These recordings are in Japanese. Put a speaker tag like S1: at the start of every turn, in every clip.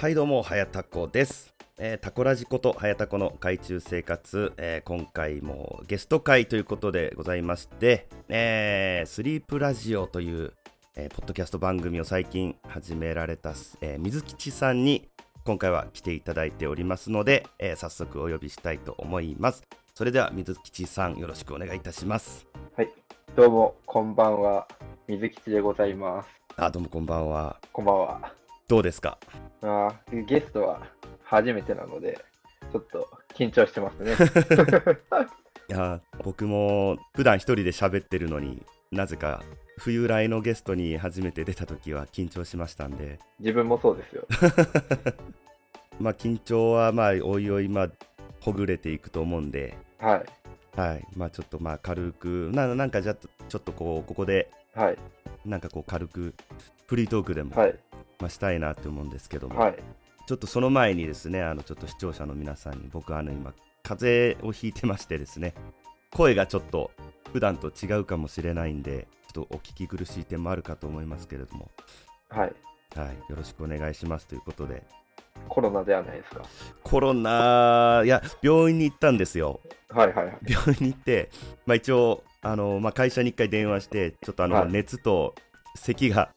S1: はいどうも、はやたこです。えータコラジことはやたこの海中生活、えー今回もゲスト会ということでございまして、えースリープラジオという、えーポッドキャスト番組を最近始められた、えー水吉さんに今回は来ていただいておりますので、えー早速お呼びしたいと思います。それでは水吉さんよろしくお願いいたします。
S2: はい、どうも、こんばんは。水吉でございます。
S1: あ、どうもこんばんは。
S2: こんばんは。
S1: どうですか
S2: あーゲストは初めてなので、ちょっと緊張してますね。
S1: いやー僕も普段一人で喋ってるのになぜか冬来のゲストに初めて出た時は緊張しましたんで
S2: 自分もそうですよ。
S1: まあ緊張はまあおいおいまあほぐれていくと思うんで
S2: は
S1: はいまあちょっとまあ軽くななんかじゃあちょっとこうここで
S2: い、はい、
S1: なんかこう軽くフリートークでも、
S2: はい、
S1: まあ、したいなって思うんですけども、
S2: はい。
S1: ちょっとその前にですねあのちょっと視聴者の皆さんに僕あの今風邪をひいてましてですね声がちょっと普段と違うかもしれないんでちょっとお聞き苦しい点もあるかと思いますけれども、
S2: はい。
S1: はい、よろしくお願いしますということで
S2: コロナではないですか。
S1: コロナいや病院に行ったんですよ
S2: はい、はい、はい。
S1: 病院に行って、まあ、一応あの、まあ、会社に一回電話してちょっとあの、
S2: はい
S1: 熱と咳が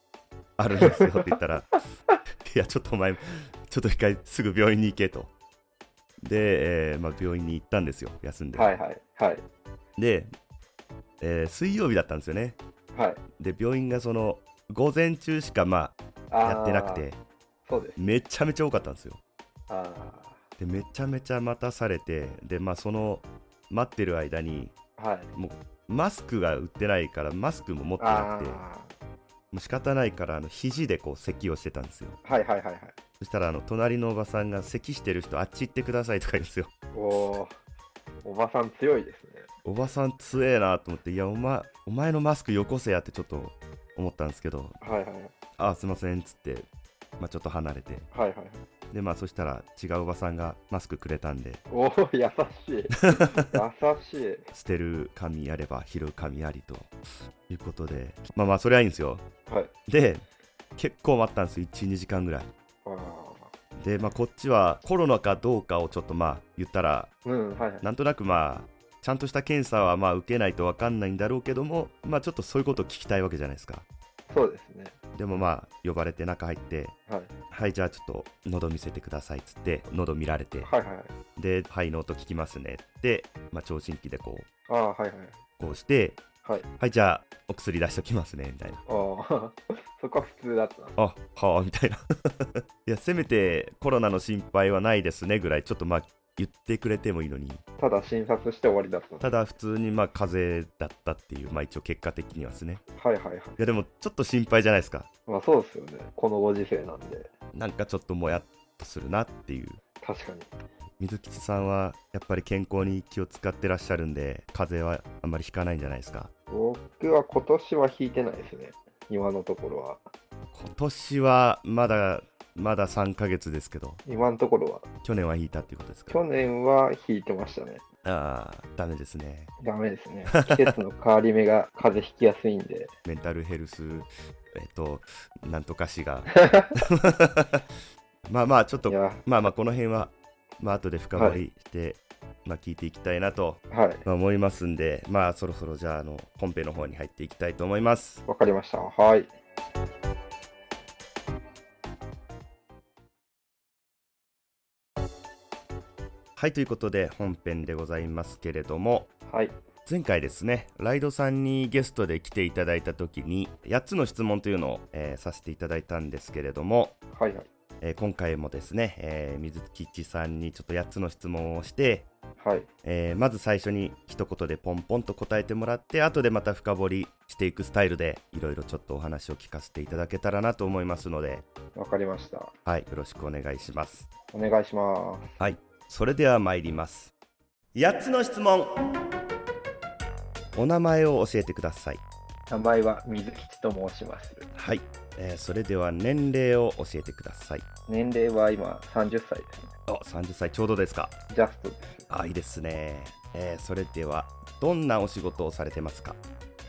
S1: あるんですよって言ったら いやちょっとお前ちょっと一回すぐ病院に行けとで、えーまあ、病院に行ったんですよ休んで、
S2: はい、はい、はい。
S1: で、えー水曜日だったんですよね
S2: はい。
S1: で病院がその午前中しかま
S2: あ
S1: あ
S2: ー
S1: やってなく。て
S2: そうです。
S1: めちゃめちゃ多かったんですよ
S2: あ
S1: でめちゃめちゃ待たされてでまあその待ってる間に
S2: ーはい。
S1: マスクが売ってないからマスクも持ってな
S2: あ
S1: くてもう仕方ないからあの肘でこう咳をしてたんですよ
S2: ーはい、はい、はい、はい。
S1: そしたらあの隣のおばさんが咳してる人あっち行ってくださいとか言うんですよ
S2: おー、おばさん強いですね。
S1: おばさん強えなと思っていやお前お前のマスクよこせやってちょっと思ったんですけど
S2: はい、はい、はい、
S1: あすいませんっつって、まあ、ちょっと離れて
S2: はい。はい
S1: でまあそしたら違うおばさんがマスクくれたんで
S2: おー、優 しい。優しい。
S1: 捨てる紙あれば拾う紙ありということでまあまあそれはいいんですよ
S2: はい。
S1: で結構待ったんですよ12時間ぐらい
S2: あ
S1: でまあこっちはコロナかどうかをちょっとまあ言ったら
S2: ーうん、はい、はい。
S1: なんとなくまあちゃんとした検査はまあ受けないと分かんないんだろうけどもまあちょっとそういうことを聞きたいわけじゃないですか
S2: そうですね。
S1: でもまあ呼ばれて中入って
S2: はい。
S1: はいじゃあちょっと喉見せてくださいっつって喉見られて
S2: はいはいはい。
S1: ではいの音聞きますねって、まあ、聴診器でこう
S2: ああ、はいはい。
S1: こうして
S2: はい。
S1: はいじゃあお薬出しときますねみたいな
S2: ああ、 そこは普通だったな。
S1: あはあみたいな いやせめてコロナの心配はないですねぐらいちょっとまあ言ってくれてもいいのに
S2: ただ診察して終わりだったな。
S1: ただ普通にまあ風邪だったっていうまあ一応結果的にはですね
S2: はいはいはい。
S1: いやでもちょっと心配じゃないですか
S2: まあそうですよね。このご時世なんで。
S1: なんかちょっともやっとするなっていう
S2: 確かに。
S1: 水吉さんはやっぱり健康に気を使ってらっしゃるんで風邪はあんまりひかないんじゃないですか
S2: 僕は今年は引いてないですね。今のところは。
S1: 今年はまだまだ3ヶ月ですけど
S2: 今のところは。
S1: 去年は引いたっていうことですか
S2: 去年は引いてましたね。
S1: ああダメですね
S2: ダメです ね。季節の変わり目が風邪ひきやすいんで。
S1: メンタルヘルスえっとなんとかしが まあまあちょっと
S2: いや、
S1: まあまあこの辺はまあ後で深掘りして、まあ聞いていきたいなと
S2: はい。
S1: まあ思いますんでまあそろそろじゃああの本編の方に入っていきたいと思います
S2: わかりました。はい。
S1: はいということで本編でございますけれども
S2: はい。
S1: 前回ですねライドさんにゲストで来ていただいた時に8つの質問というのを、えーさせていただいたんですけれども、
S2: はいはい。
S1: えー今回もですね、えー水吉さんにちょっと8つの質問をして、
S2: はい。
S1: えーまず最初に一言でポンポンと答えてもらって後でまた深掘りしていくスタイルでいろいろちょっとお話を聞かせていただけたらなと思いますので、
S2: わかりました。
S1: はい、よろしくお願いします
S2: お願いします。
S1: それでは参ります8つの質問お名前を教えてください
S2: 名前は水吉と申します。
S1: はい、えーそれでは年齢を教えてください
S2: 年齢は今30歳ですね。
S1: あ30歳ちょうどですか
S2: ジャストです。
S1: あいいですね、えーそれではどんなお仕事をされてますか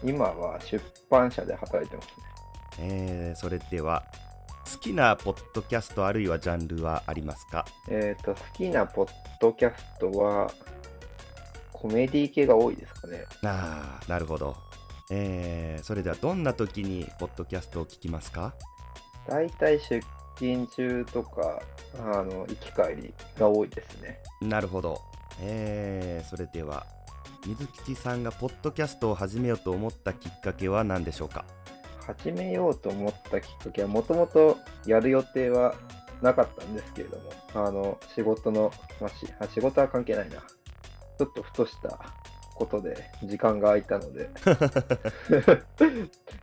S2: 今は出版社で働いてますね。
S1: えーそれでは好好きなポッドキャストあるいはジャンルはありますか
S2: えっ、と、好きなポッドキャストは、コメディ系が多いですかね。
S1: あーなるほど、えーそれではどんな時にポッドキャストを聞きますか
S2: 大体出勤中とか、あの、行き帰りが多いですね。
S1: なるほど、えーそれでは水吉さんがポッドキャストを始めようと思ったきっかけは何でしょうか
S2: 始めようと思ったきっかけは、もともとやる予定はなかったんですけれども、あの、仕事の、まあしあ仕事は関係ないな。ちょっとふとしたことで、時間が空いたので、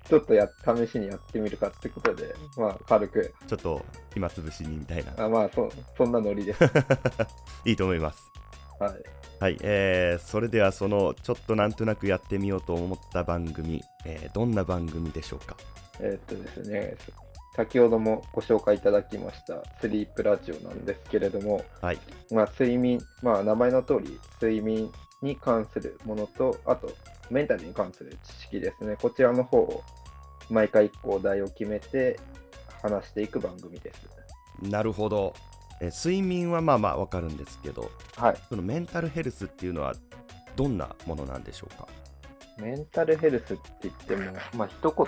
S2: ちょっとや試しにやってみるかってことで、まあ、軽く、
S1: ちょっと暇つぶしにみたいな
S2: あまあそ、そんなノリです。
S1: いいと思います
S2: はい。
S1: はい、えーそれではそのちょっとなんとなくやってみようと思った番組、えーどんな番組でしょうか
S2: えーっとですね、先ほどもご紹介いただきました、スリープラジオなんですけれども、
S1: はい
S2: まあ、睡眠、まあ、名前の通り、睡眠に関するものと、あと、メンタルに関する知識ですね、こちらの方を毎回1個お題を決めて話していく番組です。
S1: なるほど、えー睡眠はまあまあわかるんですけど
S2: はい。
S1: そのメンタルヘルスっていうのはどんなものなんでしょうか
S2: メンタルヘルスって言っても、まあ、一言、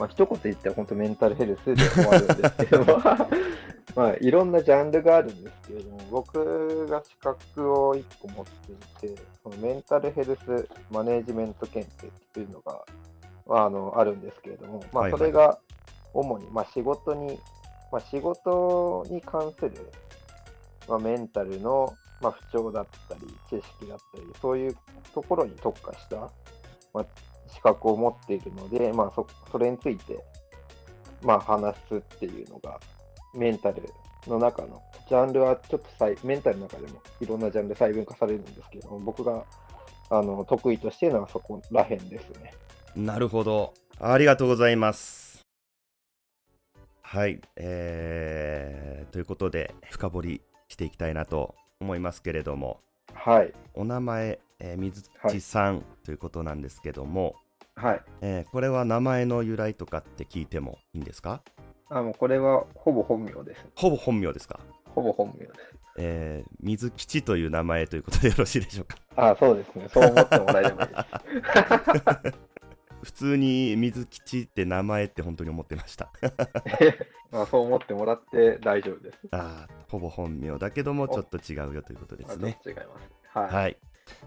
S2: まあ、一言言って本当メンタルヘルスで終わるんですけど、 まあ、いろんなジャンルがあるんですけれども、僕が資格を一個持っていて、このメンタルヘルスマネージメント検定っていうのが、まあ、あのあるんですけれども、ま
S1: は
S2: あ、
S1: いは
S2: そ
S1: い
S2: れが主に、まあ、仕事に、まあ、仕事に関する、まあ、メンタルの、まあ、不調だったり、知識だったり、そういうところに特化した、まあ、資格を持っているので、まあ、そそれについて、まあ、話すっていうのがメンタルの中のジャンルはちょっと細メンタルの中でもいろんなジャンル細分化されるんですけども僕があの得意としているのはそこら辺ですね。
S1: なるほど。ありがとうございます。はい。えー、ということで、深掘りしていきたいなと思いますけれども、
S2: はい、
S1: お名前、えー水木さんということなんですけども、
S2: はい、
S1: えーこれは名前の由来とかって聞いてもいいんですか
S2: あもうこれはほぼ本名です。
S1: ほぼ本名ですか、
S2: ほぼ本名です。
S1: えー、水吉という名前ということでよろしいでしょうか
S2: あそうですね。そう思ってもらえればいいです。
S1: 普通に水吉って名前って本当に思ってました
S2: まあそう思ってもらって大丈夫です。
S1: あーほぼ本名だけどもちょっと違うよということで
S2: あ
S1: す
S2: ちょ
S1: ね
S2: っと違います。はい。
S1: はい。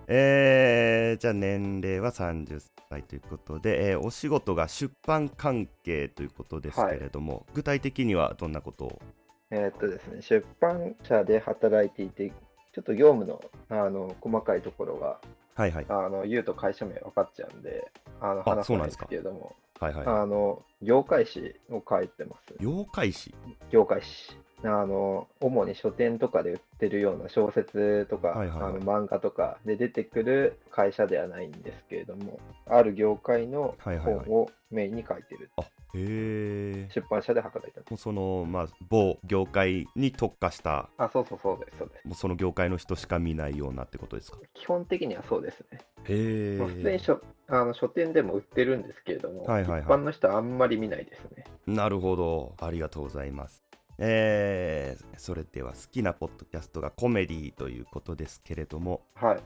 S1: えーじゃあ年齢は30歳ということで、えーお仕事が出版関係ということですけれども、具体的にはどんなことを
S2: えーっとですね、出版社で働いていて、ちょっと業務のあの細かいところが
S1: はいはい
S2: あの言うと会社名分かっちゃうんで、あの
S1: あ
S2: 話
S1: そ
S2: さ
S1: うな
S2: なん
S1: で
S2: いですす
S1: か
S2: けれども、
S1: はいはい。
S2: あの業界誌を書いてます。
S1: 妖怪誌
S2: 業界誌。あの主に書店とかで売ってるような小説とか、
S1: はいはいはい
S2: あの漫画とかで出てくる会社ではないんですけれども、ある業界の
S1: はいはい
S2: 本
S1: はい
S2: をメインに書いてる、
S1: あへえ。
S2: 出版社で働いてます。
S1: もうその、まあ、某業界に特化した、
S2: あ、そうそうそうです、そうです。
S1: もうその業界の人しか見ないようなってことですか
S2: 基本的にはそうですね。
S1: へ
S2: まあ普通に
S1: え。
S2: 書あの書店でも売ってるんですけれども、
S1: はいはいはい
S2: 一般の人はあんまり見ないですね。
S1: なるほど。ありがとうございます。えーそれでは好きなポッドキャストがコメディということですけれども、
S2: はい。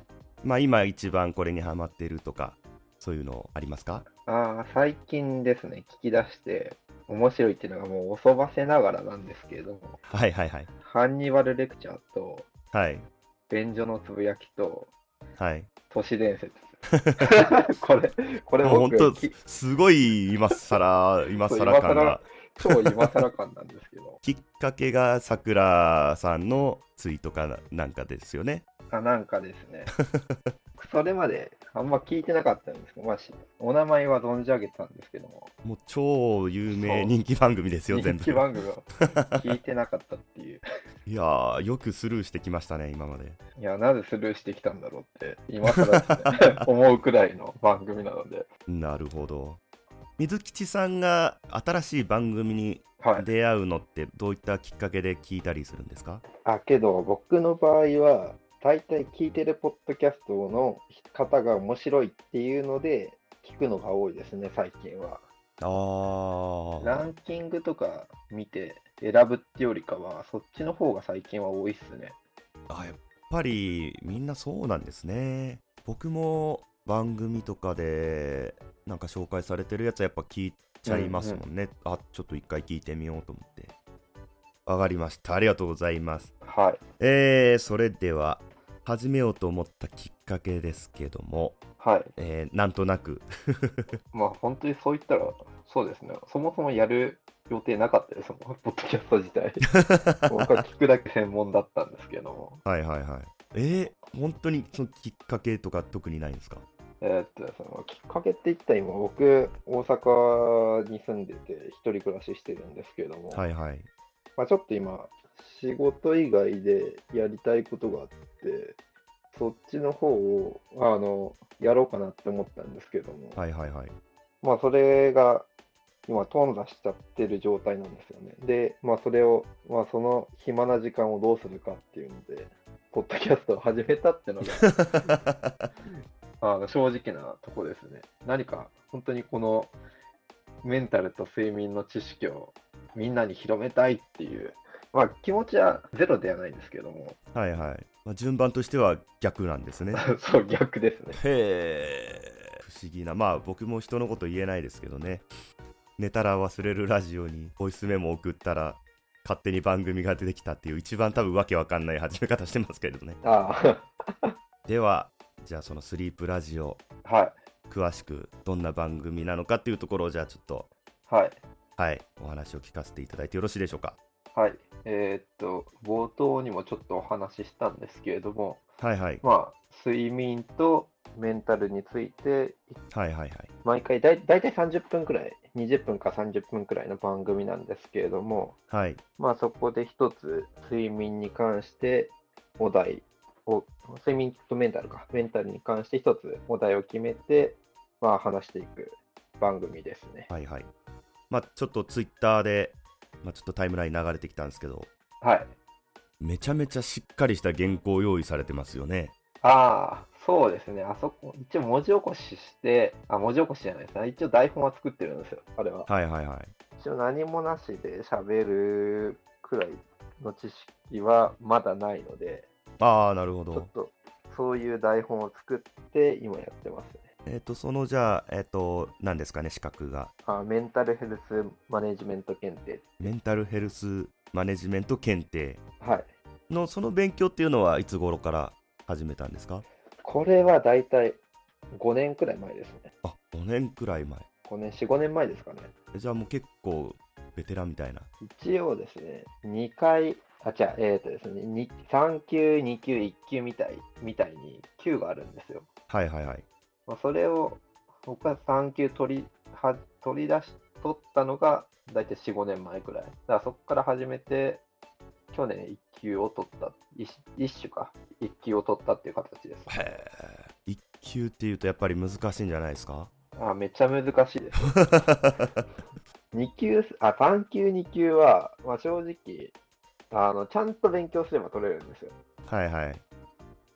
S1: まあ、今一番これにハマってるとかそういうのありますか
S2: ああ、最近ですね、聞き出して、面白いっていうのがもう遅ばせながらなんですけれども、
S1: はいはいはい
S2: ハンニバルレクチャーと、
S1: はい
S2: 便所のつぶやきと、
S1: はい
S2: 都市伝 説。これ、これ
S1: もう本
S2: 僕、
S1: 当
S2: き
S1: すごい今 更今更
S2: そう
S1: 感
S2: 今
S1: が
S2: 更超今更感なんですけど、
S1: きっかけがさくらさんのツイートかなんかですよね
S2: あなんかで すね、それまであんま聞いてなかったんですけど、まあ、しお名前は存じ上げてたんですけども、
S1: もう超有名
S2: そう
S1: 人気番組ですよ全
S2: 人
S1: 部
S2: 気番組を聞いてなかったっていう、
S1: いやーよくスルーしてきましたね今まで
S2: いや、なぜスルーしてきたんだろうって、今更ですね、思うくらいの番組なので、
S1: なるほど水吉さんが新しい番組に
S2: はい。
S1: 出会うのってどういったきっかけで聞いたりするんですか
S2: あ、けど僕の場合は、大体聞いてるポッドキャストの方が面白いっていうので、聞くのが多いですね、最近は。
S1: ああ
S2: ラ
S1: あ
S2: ンキングとか見て選ぶってよりかは、そっちの方が最近は多いっすね。
S1: あやっぱりみんなそうなんですね僕も番組とかでなんか紹介されてるやつはやっぱ聞いちゃいますもんね、あちょっと一回聞いてみようと思ってわかりましたありがとうございます
S2: はい。
S1: えー、それでは始めようと思ったきっかけですけども、
S2: はい。
S1: えーなんとなく
S2: まあ本当にそう言ったら、そうですね。そもそもやる予定なかったですもん、 ポッドキャスト自 体。僕は聞くだけ専門だったんですけども。
S1: はいはいはいえー、本当にそのきっかけとか特にないんですか
S2: えーっと、そのきっかけって言ったら今、僕、大阪に住んでて、一人暮らししてるんですけども、
S1: はいはい
S2: まあ、ちょっと今、仕事以外でやりたいことがあって、そっちの方をあのやろうかなって思ったんですけども、
S1: はいはいはい
S2: まあ、それが今、頓挫しちゃってる状態なんですよね。で、まあ、それを、まあ、その暇な時間をどうするかっていうので、ポッドキャストを始めたっての が、あの正直なとこですね。何か本当にこのメンタルと睡眠の知識をみんなに広めたいっていう、まあ、気持ちはゼロではないんですけども、
S1: はいはい、まあ、順番としては逆なんですね
S2: そう逆ですね。
S1: へえ不思議なまあ僕も人のこと言えないですけどね寝たら忘れるラジオにボイスメモ送ったら勝手に番組が出てきたっていう一番多分わけわかんない始め方してますけれどね
S2: あ
S1: ではじゃあそのスリープラジオ
S2: あ、 は
S1: 詳しくどんな番組なのかっていうところをじゃあちょっと
S2: い、はい、
S1: はいお話を聞かせていただいてよろしいでしょうか
S2: はい。えーっと、冒頭にもちょっとお話ししたんですけれども、
S1: はいはい
S2: まあ、睡眠とメンタルについて、
S1: はいはいはい
S2: 毎回だい大体30分くらい、20分か30分くらいの番組なんですけれども、
S1: はい
S2: まあ、そこで一つ睡眠に関してお題を睡眠とメンタルかメンタルに関して一つお題を決めて、まあ、話していく番組ですね
S1: はいはいまあちょっとツイッターで、まあ、ちょっとタイムライン流れてきたんですけど
S2: はい
S1: めちゃめちゃしっかりした原稿用意されてますよね。
S2: ああそうですねあそこ一応文字起こししてあ文字起こしじゃないですね一応台本は作ってるんですよあれは
S1: はいはいはい。
S2: 一応何もなしで喋るくらいの知識はまだないので
S1: ああ、なるほ
S2: ちょっ
S1: ど。
S2: とそういう台本を作って今やってますね
S1: えっ、と、そのじゃあ、えっ、と、何ですかね、資格が。
S2: あメンタルヘルスマネジメント検定。
S1: メンタルヘルスマネジメント検定
S2: はい。
S1: のその勉強っていうのはいつ頃から始めたんですか
S2: これは大体5年くらい前ですね。
S1: あ5年くらい前。
S2: 5年、4、5年前ですかね。
S1: えじゃあもう結構ベテランみたいな。
S2: 一応ですね、2回、あ、違う、えっ、とですね、に3級、2級、1級みたい、みたいに級があるんですよ。
S1: はいはいはい。
S2: まあ、それを、僕は3級取り、は取り出し、取ったのが大体4、5年前くらい。だからそこから始めて、去年1級を取った、1, 1種か、1級を取ったっていう形で
S1: へ
S2: す。
S1: え。1級っていうとやっぱり難しいんじゃないです か
S2: あめっちゃ難しいです。2級す、あ、3級、2級は、まあ、正直あの、ちゃんと勉強すれば取れるんですよ。
S1: はいは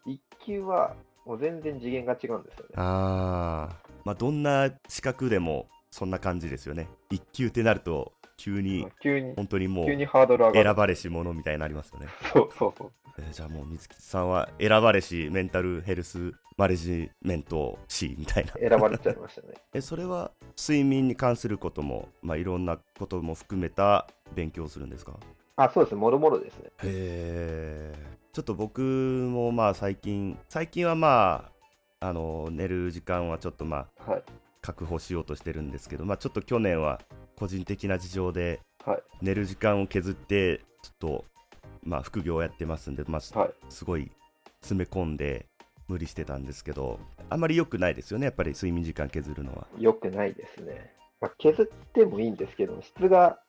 S1: い。
S2: 1級は、もう全然次元が違うんですよね。
S1: ああ、まあどんな資格でもそんな感じですよね。一級ってなると急に
S2: 急に、
S1: 本当にもう
S2: 急にハードル上が
S1: 選
S2: る。
S1: ばれし者みたいになりますよね。
S2: そうそうそう。
S1: えーじゃあもう水木さんは選ばれしメンタルヘルスマネジメント C みたいな。
S2: 選ばれちゃいましたね。
S1: えそれは睡眠に関することも、まあ、いろんなことも含めた勉強をするんですか
S2: あ、そうですね、もろもろですね。
S1: へえちょっと僕もまあ最近最近はまああの寝る時間はちょっとまあ
S2: はい。
S1: 確保しようとしてるんですけど、まあ、ちょっと去年は個人的な事情で
S2: はい
S1: 寝る時間を削ってちょっと、まあ、副業をやってますんで、まあ
S2: はい、
S1: すごい詰め込んで無理してたんですけどあんまり良くないですよねやっぱり睡眠時間削るのは
S2: 良くないですね。まあ、削ってもいいんですけども、質が、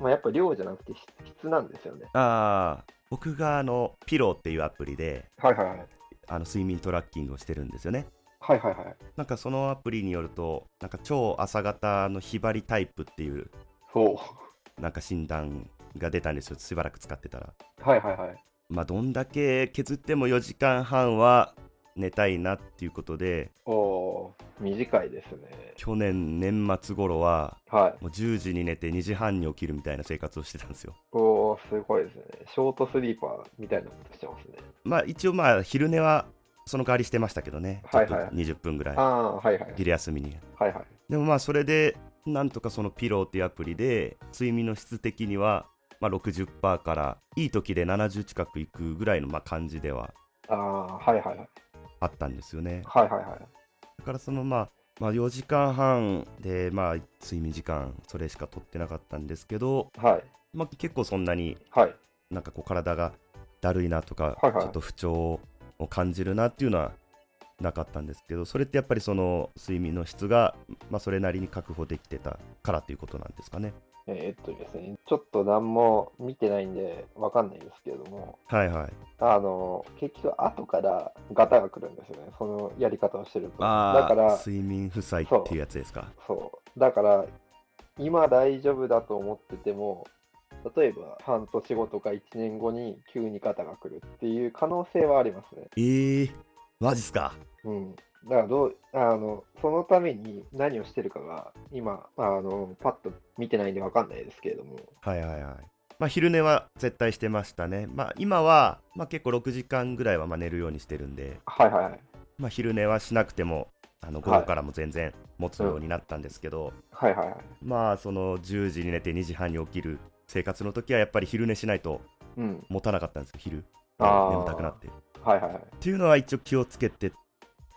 S2: まあ、やっぱ量じゃなくて質質なんですよね。
S1: ああ僕があのピローっていうアプリで
S2: はいはいはい。
S1: あの睡眠トラッキングをしてるんですよね
S2: はいはいはい。
S1: なんかそのアプリによるとなんか超朝型のひばりタイプっていう
S2: そう。
S1: なんか診断が出たんですよしばらく使ってたら
S2: はいはいはい。
S1: まあ、どんだけ削っても4時間半は寝たいなっていうことで
S2: おおー短いですね。
S1: 去年年末頃は
S2: はい。
S1: もう10時に寝て2時半に起きるみたいな生活をしてたんですよ
S2: おおすごいですね。ショートスリーパーみたいなことしてますね。
S1: まあ一応まあ昼寝はその代わりしてましたけどねちょっと
S2: はいはい
S1: 20分ぐらい
S2: ああ、はいはい。
S1: 昼休みに
S2: はいはい。
S1: でもまあそれでなんとかそのピローっていうアプリで睡眠の質的にはまあ60%からいい時で70近くいくぐらいのまあ感じでは
S2: ああ、はいはいはい。
S1: あったんですよね
S2: はいはいはい。
S1: だからそのまあまあ4時間半でまあ睡眠時間それしか取ってなかったんですけど、
S2: はい。
S1: まあ、結構そんなに
S2: はい。
S1: なんかこう体がだるいなとか、
S2: はいはい
S1: ちょっと不調を感じるなっていうのはなかったんですけどそれってやっぱりその睡眠の質が、まあ、それなりに確保できてたからということなんですかね
S2: えーっとですね、ちょっと何も見てないんでわかんないんですけれども、
S1: はいはい
S2: あの、結局後からガタが来るんですよね。そのやり方をしてると。だ
S1: あ
S2: から
S1: あ、睡眠負債っていうやつですか
S2: そう。だから、今大丈夫だと思ってても、例えば半年後とか1年後に急に肩が来るっていう可能性はありますね。
S1: えー、マジっすか
S2: うん。だからどう、あの、そのために何をしてるかが、今、あの、パッと見てないんでわかんないですけれども。
S1: はいはいはいまあ昼寝は絶対してましたねまあ今は、まあ、結構6時間ぐらいはまあ寝るようにしてるんで、
S2: はいはいはい。
S1: まあ、昼寝はしなくてもあの午後からも全然持つようになったんですけど、
S2: はいはいはい。
S1: まあその10時に寝て2時半に起きる生活の時はやっぱり昼寝しないと
S2: うん。
S1: 持たなかったんですよ昼
S2: あー
S1: 眠たくなってっ
S2: はいはいはい。
S1: ていうのは一応気をつけて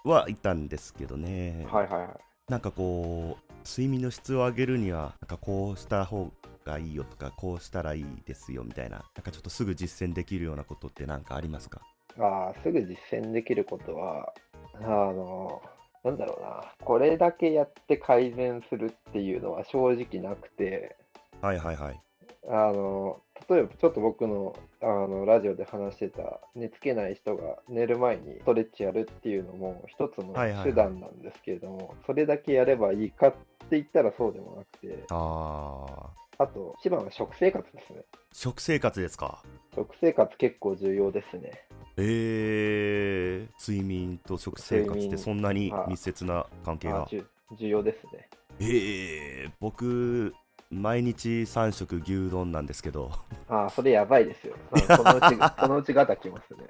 S1: はいたんですけどね、
S2: はいはいはい。
S1: なんかこう睡眠の質を上げるにはなんかこうした方がいいよとかこうしたらいいですよみたいななんかちょっとすぐ実践できるようなことって何かありますか
S2: あーすぐ実践できることは、あの、なんだろうな、これだけやって改善するっていうのは正直なくて、
S1: はいはいはい
S2: あの、例えばちょっと僕のあのラジオで話してた、寝つけない人が寝る前にストレッチやるっていうのも一つの
S1: はいはいはい
S2: 手段なんですけれども、それだけやればいいかって言ったらそうでもなくて、
S1: あ
S2: あと、一番は食生活ですね。
S1: ー食生活ですか
S2: 食生活結構重要ですね。
S1: えー、睡眠と食生活ってそんなに密接な関係
S2: あ
S1: が
S2: ー重重要ですね。
S1: ええ僕毎日3食牛丼なんですけど
S2: ああ、それやばいですよ。あそのうち、そのうちガタきますね。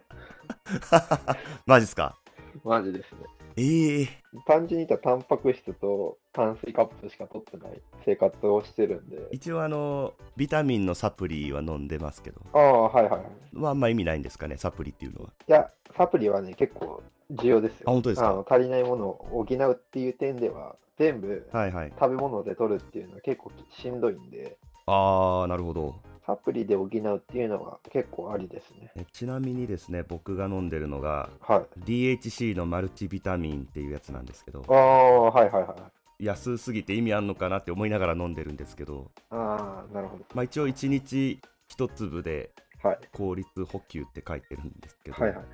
S1: マジっすか
S2: マジですね。
S1: ええ
S2: 単純に言ったらタンパク質と炭水化物しか取ってない生活をしてるんで。
S1: 一応あのビタミンのサプリは飲んでますけど、
S2: ああ、はいはいはい。
S1: まあ、あんま意味ないんですかねサプリっていうのは、
S2: いや、サプリはね、結構重要ですよ。
S1: あ本当ですか
S2: の足りないものを補うっていう点では、全部
S1: はいはい
S2: 食べ物で取るっていうのは結構しんどいんで、
S1: ああなるほど
S2: サプリで補うっていうのは結構ありですね。
S1: えちなみにですね僕が飲んでるのが
S2: はい。
S1: DHC のマルチビタミンっていうやつなんですけど
S2: ああ、はいはいはい。
S1: 安すぎて意味あんのかなって思いながら飲んでるんですけど、
S2: ああ、なるほ
S1: まあ、一応1日1粒で
S2: ど。はい。
S1: 効率補給って書いてるんですけど、
S2: はいはい。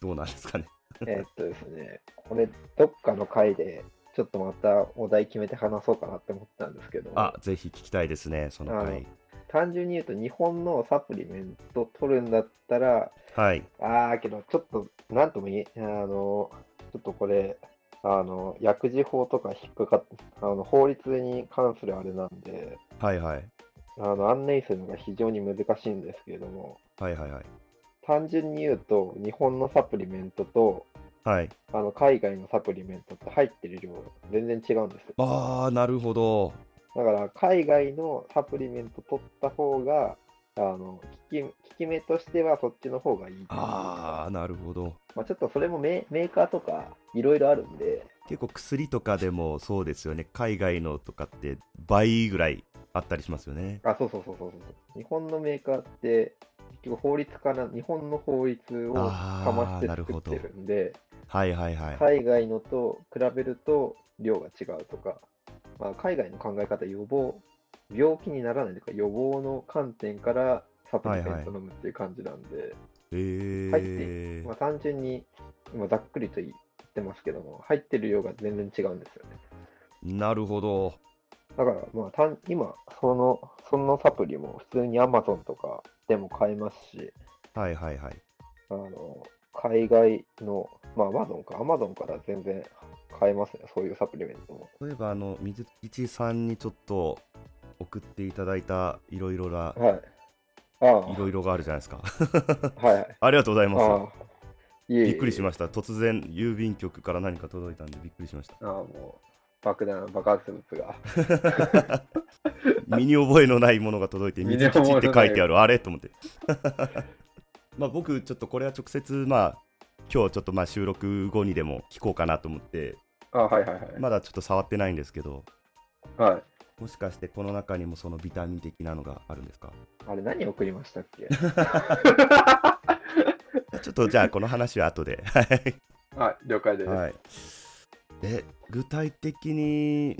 S1: どうなんですかね
S2: えーっとですね、これ、どっかの回で、ちょっとまたお題決めて話そうかなって思ったんですけど、
S1: あぜひ聞きたいですね、その
S2: あ
S1: 回
S2: の。単純に言うと、日本のサプリメント取るんだったら、
S1: はい。
S2: ああ、けど、ちょっと、なんとも言え、あの、ちょっとこれ、あの、薬事法とか引っかかっあの法律に関するあれなんで、
S1: はいはい。
S2: あの、案内するのが非常に難しいんですけれども、
S1: はいはいはい。
S2: 単純に言うと、日本のサプリメントと、
S1: はい。
S2: あの海外のサプリメントって入ってる量、全然違うんですよ。
S1: ああ、なるほど。
S2: だから海外のサプリメント取った方があの効き効き目としてはそっちの方がいいっていう
S1: ああ、なるほど。
S2: まあ、ちょっとそれもメメーカーとかいろいろあるんで
S1: 結構薬とかでもそうですよね。海外のとかって倍ぐらいあったりしますよね。
S2: あそうそうそうそうそう日本のメーカーって結局法律から日本の法律をか
S1: あ
S2: まして
S1: ーなる
S2: 作
S1: ほ
S2: っ
S1: ど
S2: てるんで
S1: はいはいはい。
S2: 海外のと比べると量が違うとか、まあ、海外の考え方予防病気にならないとか予防の観点からサプリメント飲むっていう感じなんで、
S1: え
S2: 入
S1: ー
S2: まあ、単純に、まあ、ざっくりと言ってますけども、入ってる量が全然違うんですよね。
S1: なるほど。
S2: だから、まあ、単今その、そのサプリも普通に Amazon とかでも買えますし、
S1: はいはいはい。
S2: あの海外の、まあ、Amazon か、Amazon から全然買えますね、そういうサプリメントも。
S1: 例えばあの水吉さんにちょっと送っていただいたいろいろな
S2: はい。ああ、
S1: いろいろがあるじゃないですか
S2: はい。
S1: ありがとうござい
S2: あ
S1: ま
S2: あ、いえいえ
S1: すびっくりしました突然郵便局から何か届いたんでびっくりしました
S2: ああ、もう、爆弾、爆発物が。
S1: 身に覚えのないものが届いて「
S2: 身に
S1: 水
S2: 覚えの
S1: 吉」
S2: ない
S1: って書いてあるあれと思って まあ僕ちょっとこれは直接まあ今日ちょっとまあ収録後にでも聞こうかなと思って
S2: ああ、はいはいはい。
S1: まだちょっと触ってないんですけど
S2: はい。
S1: もしかしてこの中にもそのビタミン的なのがあるんですか
S2: あれ、何送りましたっけ
S1: ちょっとじゃあこの話は後で はい
S2: はい、了解です。
S1: はい、で具体的に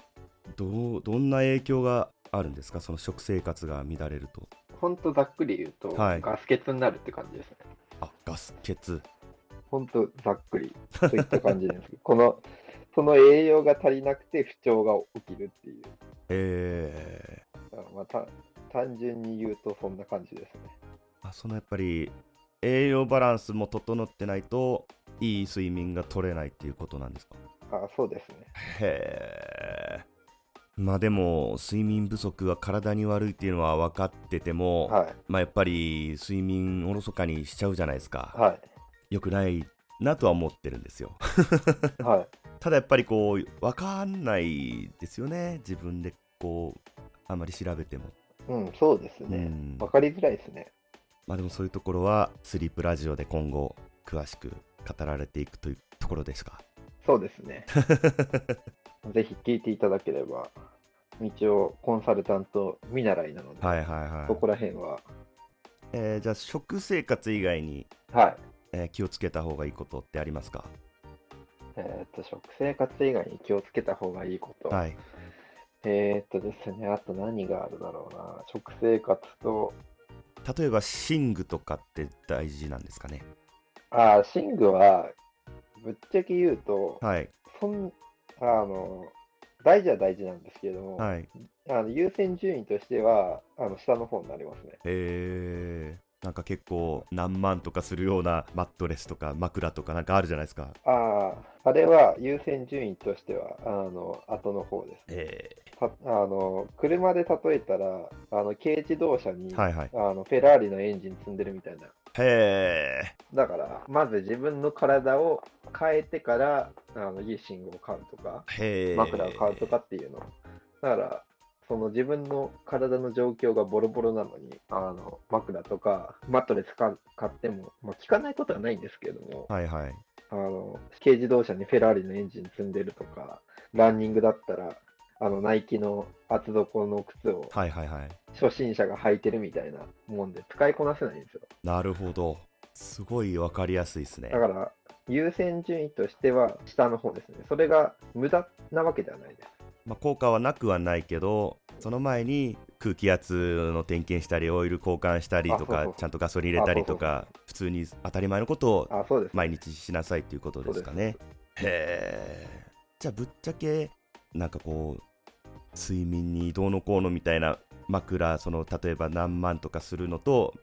S1: どうどんな影響があるんですか、その食生活が乱れると。
S2: ほんとざっくり言うと、
S1: はい
S2: ガス欠になるって感じですね。
S1: あガス欠。
S2: ほんとざっくりといった感じです。 この、その栄養が足りなくて不調が起きるっていう。
S1: え
S2: あまあ、た単純に言うとそんな感じですね。
S1: ー、あそのやっぱり栄養バランスも整ってないと、いい睡眠が取れないっていうことなんですか。
S2: あそうですね。
S1: へえ。まあでも、睡眠不足が体に悪いっていうのは分かってても、
S2: はい。
S1: まあやっぱり睡眠おろそかにしちゃうじゃないですか。
S2: は
S1: 良くないなとは思ってるんですよ。
S2: い。はい。
S1: ただやっぱりこう分かんないですよね自分でこうあまり調べても、
S2: うん、そうです
S1: う
S2: ね。
S1: ん
S2: わかりづらいですね。
S1: まあでもそういうところはスリープラジオで今後詳しく語られていくというところですか
S2: そうです ね。ぜひ聞いていただければ、道をコンサルタント見習いなので、
S1: はいはいは
S2: そこ
S1: い、
S2: ら辺は、
S1: えーじゃあ食生活以外に、
S2: はい。
S1: えー気をつけた方がいいことってありますか
S2: えーっと、食生活以外に気をつけた方がいいこと。
S1: はい
S2: えーっとですね、あと何があるだろうな。食生活と、
S1: 例えば寝具とかって大事なんですかね
S2: あー、寝具は、ぶっちゃけ言うと、
S1: はい
S2: そんあの大事は大事なんですけれども、
S1: はい
S2: あの優先順位としてはあの下の方になりますね。
S1: えー、なんか結構何万とかするようなマットレスとか枕とかなんかあるじゃないですか
S2: ああ、あれは優先順位としてはあの後の方です。
S1: え
S2: たあの車で例えたらあの軽自動車に、
S1: ー、はいはい
S2: あのフェラーリのエンジン積んでるみたいな。
S1: へえ。
S2: だからまず自分の体を変えてからあのいい信号を買うとか。
S1: へえ。
S2: 枕を買うとかっていうの。だから、その自分の体の状況がボロボロなのに、あの枕とかマットレスか買っても、まあ、効かないことはないんですけれども、
S1: はいはい。
S2: あの軽自動車にフェラーリのエンジン積んでるとか、ランニングだったら、あのナイキの厚底の靴を
S1: はいはいはい。
S2: 初心者が履いてるみたいなもんで使いこなせないんですよ。
S1: なるほど。すごいわかりやすいですね
S2: だ。から優先順位としては下の方ですね。それが無駄なわけではないです。
S1: まあ、効果はなくはないけど、その前に空気圧の点検したり、オイル交換したりと
S2: あそう
S1: か
S2: そう、
S1: ちゃんとガソリン入れたりとか、普通に当たり前のことを
S2: あ、そうですね。
S1: 毎日しなさいということですかね。へえ。じゃあ、ぶっちゃけ、なんかこう、睡眠にどうのこうのみたいな枕、その例えば何万とかするのと、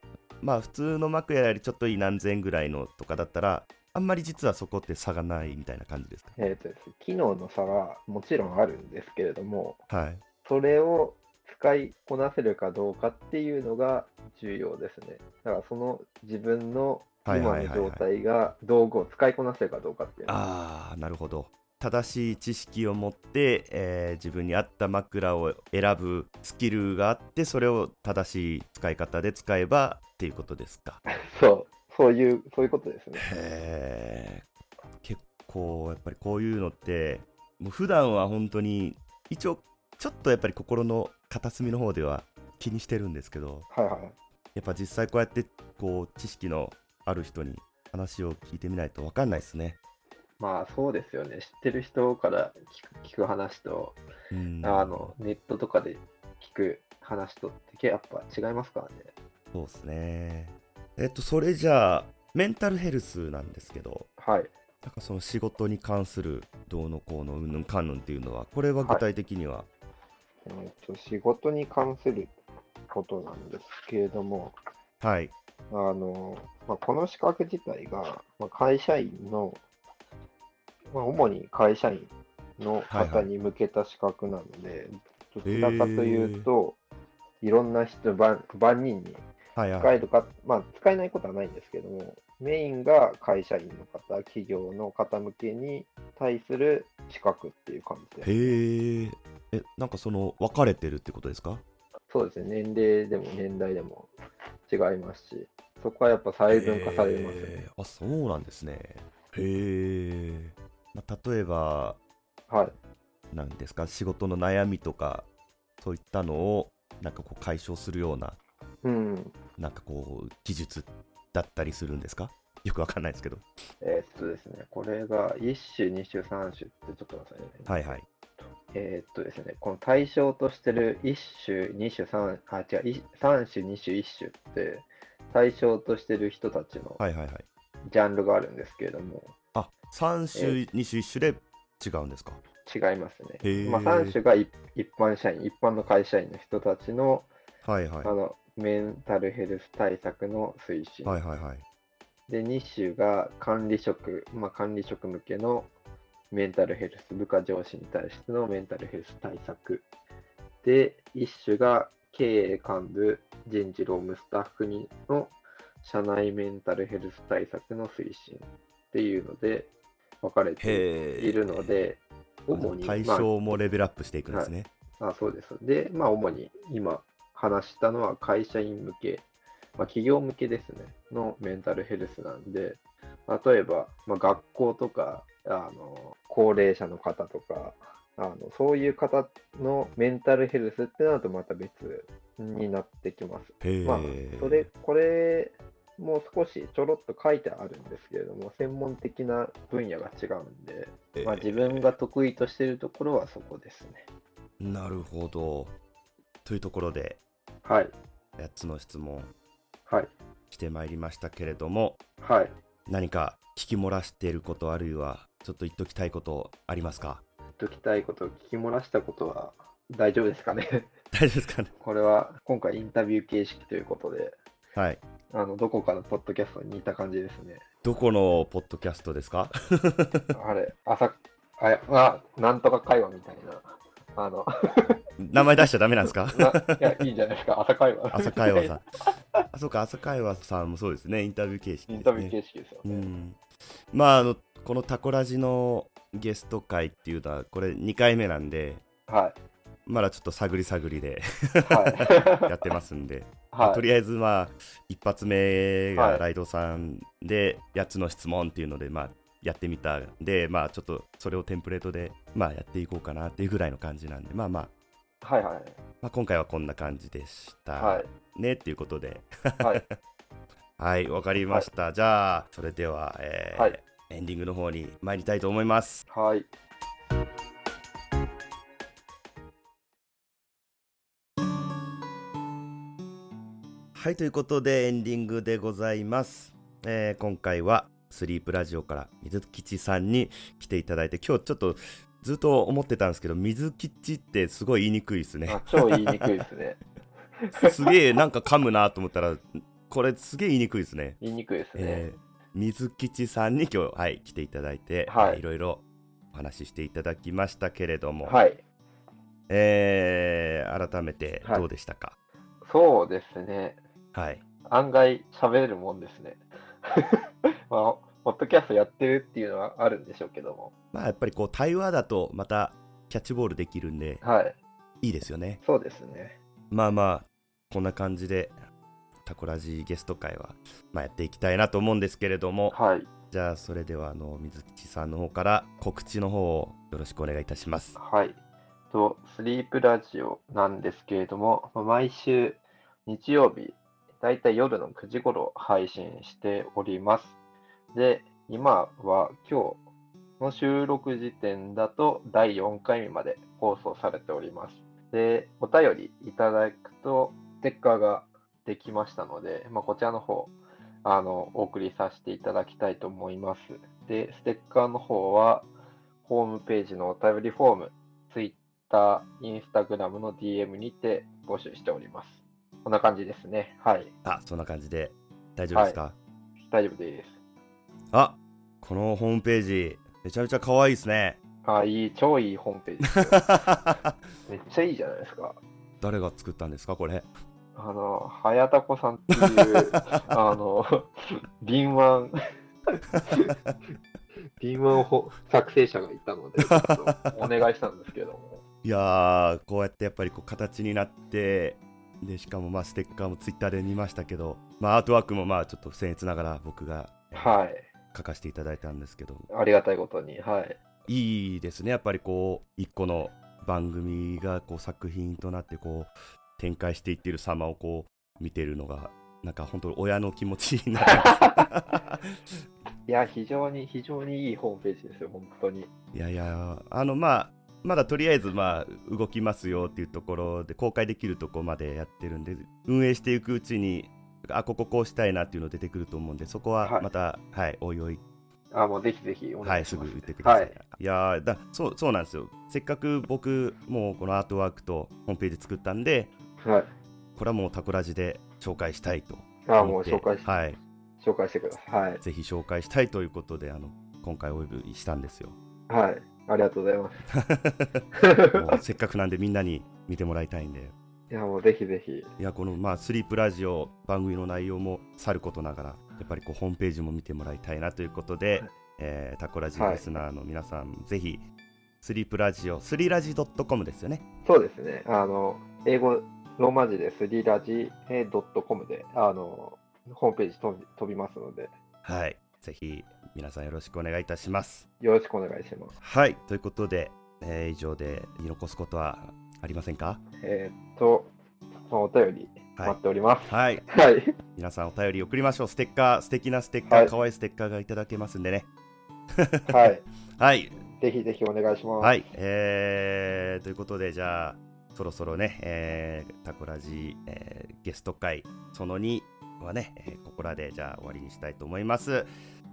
S1: まあ、普通の枕よりちょっといい何千ぐらいのとかだったら、あんまり実はそこって差がないみたいな感じですか。
S2: えーとですね、機能の差はもちろんあるんですけれども、
S1: はい。
S2: それを使いこなせるかどうかっていうのが重要ですね。だからその自分の
S1: はい
S2: 今
S1: はい
S2: の
S1: はいは
S2: 状
S1: い
S2: 態が道具を使いこなせるかどうかっていうのは
S1: ああ、なるほど。正しい知識を持って、えー自分に合った枕を選ぶスキルがあって、それを正しい使い方で使えばっていうことですか。
S2: そうそういうそういうことですね。
S1: へー結構やっぱりこういうのってもう普段は本当に一応ちょっとやっぱり心の片隅の方では気にしてるんですけど
S2: はいはい。
S1: やっぱ実際こうやってこう知識のある人に話を聞いてみないと分かんないですね。
S2: まあそうですよね。知ってる人から聞く聞く話と、
S1: うん、
S2: あのネットとかで聞く話とってやっぱ違いますからね。
S1: そうですね。えっとそれじゃあメンタルヘルスなんですけど
S2: はい。
S1: なんかその仕事に関するどうのこうのうんぬんかんぬんっていうのはこれは具体的には、
S2: えーと仕事に関することなんですけれども、
S1: はい、
S2: あの、まあ、この資格自体が、まあ、会社員の、まあ、主に会社員の
S1: はいは
S2: 方に向けた資格なので、どちらかというと、いろんな人、万万人に
S1: はいは
S2: 使
S1: い。
S2: えるか、まあ、使えないことはないんですけども、メインが会社員の方、企業の方向けに対する資格っていう感じで、
S1: へえ。え、なんかその、分かれてるってことですか
S2: そうですね、年齢でも年代でも違いますし、そこはやっぱ細分化されますよね。
S1: へーあ、そうなんですね。へえ。まあ、例えば、
S2: はい。
S1: なんですか、仕事の悩みとか、そういったのを、なんかこう、解消するような、
S2: うん。
S1: なんかこう、技術だったりするんですかよくわかんないですけど。
S2: えーっとですね、これが1種、2種、3種ってちょっと待ってくださいね。
S1: はいはい。
S2: えーっとですね、この対象としてる1種、2種、3、あ、違う、い3種、2種、1種って、対象としてる人たちの
S1: はいはいはい。
S2: ジャンルがあるんですけれども、
S1: あ、3種、2種、1種で違うんですか
S2: 違いますね。
S1: へー
S2: まあ、3種が一一般社員、一般の会社員の人たちの,、
S1: はいはい。
S2: あのメンタルヘルス対策の推進。
S1: はいはいはい。
S2: で、2種が管理職、まあ、管理職向けのメンタルヘルス、部下上司に対してのメンタルヘルス対策。で、1種が経営幹部、人事労務スタッフにの社内メンタルヘルス対策の推進っていうので分かれて
S1: へえ。
S2: いるので、主に、
S1: 対
S2: ま
S1: 象もレベルアップしていくんですね。
S2: あ、あそうです。で、まあ、主に今話したのは会社員向け、まあ、企業向けですね、のメンタルヘルスなんで、例えば、まあ、学校とか、あの高齢者の方とかあの、そういう方のメンタルヘルスってなるとまた別になってきます。
S1: へえ。
S2: まあ、それ、これも少しちょろっと書いてあるんですけれども、専門的な分野が違うんで、まあ、自分が得意としているところはそこですね。
S1: なるほど。というところで、
S2: はい、
S1: 8つの質問
S2: はい、
S1: してまいりましたけれども、
S2: はい。
S1: 何か聞き漏らしていることあるいは、ちょっと言っときたいことありますか
S2: 言っときたいこと、聞き漏らしたことは大丈夫ですかね。
S1: 大丈夫ですかね
S2: これは今回インタビュー形式ということで、
S1: はい。
S2: あのどこかのポッドキャストに似た感じですね。
S1: どこのポッドキャストですか
S2: あれ、朝、あ、あなんとか会話みたいな。あの、
S1: 名前出しちゃダメなんですか
S2: ない や、いいんじゃないですか、朝会話。
S1: 朝会話さん。あ、そうか、朝会話さんもそうですね。インタビュー形式ですね。
S2: インタビュー形式ですよ
S1: う
S2: ね。
S1: ん、まああのこのタコラジのゲスト会っていうのはこれ2回目なんで
S2: は
S1: まだちょっと探り探り で
S2: い。はい。
S1: やってますんで、
S2: はい。
S1: とりあえずまあ一発目
S2: は
S1: が
S2: い
S1: ライドさんで8つの質問っていうのでまあやってみたんでまあちょっとそれをテンプレートでまあやっていこうかなっていうぐらいの感じなんでまあまあ、
S2: はいはい。
S1: まあ、今回はこんな感じでした、
S2: はい。
S1: ねっていうことで
S2: はい。
S1: はいわかりました、じゃあそれでは、えー
S2: はい
S1: エンディングの方に参りたいと思います
S2: はい。
S1: はいということでエンディングでございます、えー今回はスリープラジオから水吉さんに来ていただいて今日ちょっとずっと思ってたんですけど水吉ってすごい言いにくいですね
S2: あ超言いにくいですね。
S1: すげえなんか噛むなと思ったらこれすげえ言いにくいですね、
S2: 言いにくいですね。
S1: えー水吉さんに今日はい来ていただいて、
S2: はい
S1: えーいろいろお話ししていただきましたけれども、
S2: はい。
S1: えー改めてどうでしたか
S2: そうですね。
S1: はい、
S2: 案外喋れるもんですね。 まあ、ポッドキャストやってるっていうのはあるんでしょうけども。
S1: まあやっぱりこう対話だとまたキャッチボールできるんで
S2: はい。
S1: いいですよね。
S2: そうですね。
S1: まあまあ、こんな感じで、タコラジゲスト会は、まあ、やっていきたいなと思うんですけれども、
S2: はい。
S1: じゃあ、それでは、あの、水吉さんの方から告知の方をよろしくお願いいたします。
S2: はい。と、スリープラジオなんですけれども、まあ毎週日曜日、だいたい夜の9時頃配信しております。で、今は今日の収録時点だと第4回目まで放送されております。で、お便りいただくと、ステッカーができましたので、まあ、こちらの方、あの、お送りさせていただきたいと思います。で、ステッカーの方は、ホームページのお便りフォーム、Twitter、Instagram の DM にて募集しております。こんな感じですね。はい。
S1: あ、そんな感じで、大丈夫ですか、
S2: 大丈夫です。
S1: あこのホームページめちゃめちゃ可愛いですね
S2: あ、いい、超いいホームページですよ。 めっちゃいいじゃないですか。
S1: 誰が作ったんですかこれ
S2: あの、はやたこさんっていう、あの、敏腕、敏腕ほ作成者がいたので、ちょっとお願いしたんですけども。
S1: いやーこうやってやっぱりこう形になってでしかもまあステッカーもツイッターで見ましたけど、まあ、アートワークもまあちょっと僭越ながら僕が
S2: はい。
S1: 書かせていただいたんですけど
S2: ありがたいことに、はい。
S1: いいですねやっぱりこう一個の番組がこう作品となってこう展開していっている様をこう見てるのがなんか本当親の気持ち になります
S2: いや、非常に、非常にいいホームページですよ、本当に。
S1: いやいやあのまあまだとりあえずまあ動きますよっていうところで公開できるとこまでやってるんで運営していくうちにあこここうしたいなっていうの出てくると思うんでそこは
S2: はい
S1: またはい、おいおい
S2: あ、もうぜひぜひお
S1: は
S2: 願
S1: い、
S2: いし
S1: す
S2: ま
S1: ぐ
S2: す。
S1: 言ってください。、
S2: はい
S1: やーだそうそうなんですよ。せっかく僕もうこのアートワークとホームページ作ったんで、
S2: い。はい。
S1: これはもうタコラジで紹介したいと
S2: あ、も
S1: 思
S2: う
S1: って
S2: 紹介し、
S1: はい、
S2: 紹介してください。はい。
S1: ぜひ紹介したいということであの今回お呼びしたんですよ。
S2: はい。ありがとうございます。
S1: もうせっかくなんでみんなに見てもらいたいんで。
S2: いや、もうぜひぜひ。
S1: いやこのまあスリープラジオ番組の内容もさることながらやっぱりこうホームページも見てもらいたいなということで、
S2: はい
S1: えータコラジリスナーの皆さん、ぜひスリープラジオスリラジドットコムですよね。
S2: そうですね。あの、英語、ローマ字でスリラジえー .com で、あの、ホームページ飛び飛びますので、
S1: はい、ぜひ皆さんよろしくお願いいたします。
S2: よろしくお願いします。
S1: はい、ということで、えー以上で言い残すことはありませんか
S2: えーっと、まあお便り
S1: はい
S2: 待っております。
S1: はい、
S2: はい。
S1: 皆さんお便り送りましょう。ステッカー、素敵なステッカー、
S2: はい
S1: 可愛いステッカーがいただけますんでね。
S2: はい。
S1: はい、
S2: ぜひぜひお願いします。
S1: はい、えーということで、じゃあ、そろそろね、えータコラジ、えーゲスト会、その2はね、えーここらで、じゃあ終わりにしたいと思います。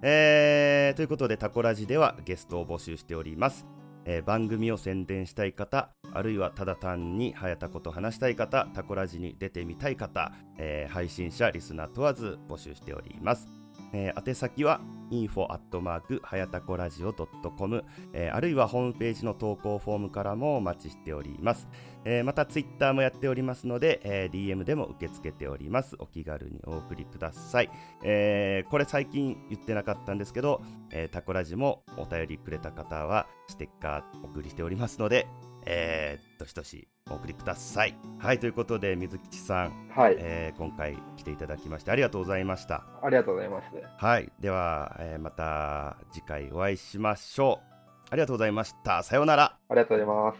S1: えーということで、タコラジではゲストを募集しております。えー番組を宣伝したい方、あるいはただ単に早田こと話したい方、タコラジに出てみたい方、えー配信者、リスナー問わず募集しております。えー宛先は info@ はやたこラジオ .com えーあるいはホームページの投稿フォームからもお待ちしております。えーまた、ツイッターもやっておりますので、えー DM でも受け付けております。お気軽にお送りください。えーこれ最近言ってなかったんですけど、えータコラジもお便りくれた方はステッカーお送りしておりますので、えーどしどしお送りください。はい、ということで、水吉さん、
S2: はい。
S1: えー今回来ていただきましてありがとうございました。
S2: ありがとうございます。
S1: はい、では、えーまた次回お会いしましょう。ありがとうございました。さようなら。
S2: ありがとうございま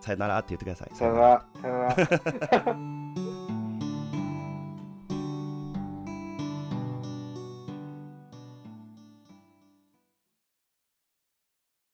S2: す。
S1: さようならって言ってください。
S2: さよなら。さよなら。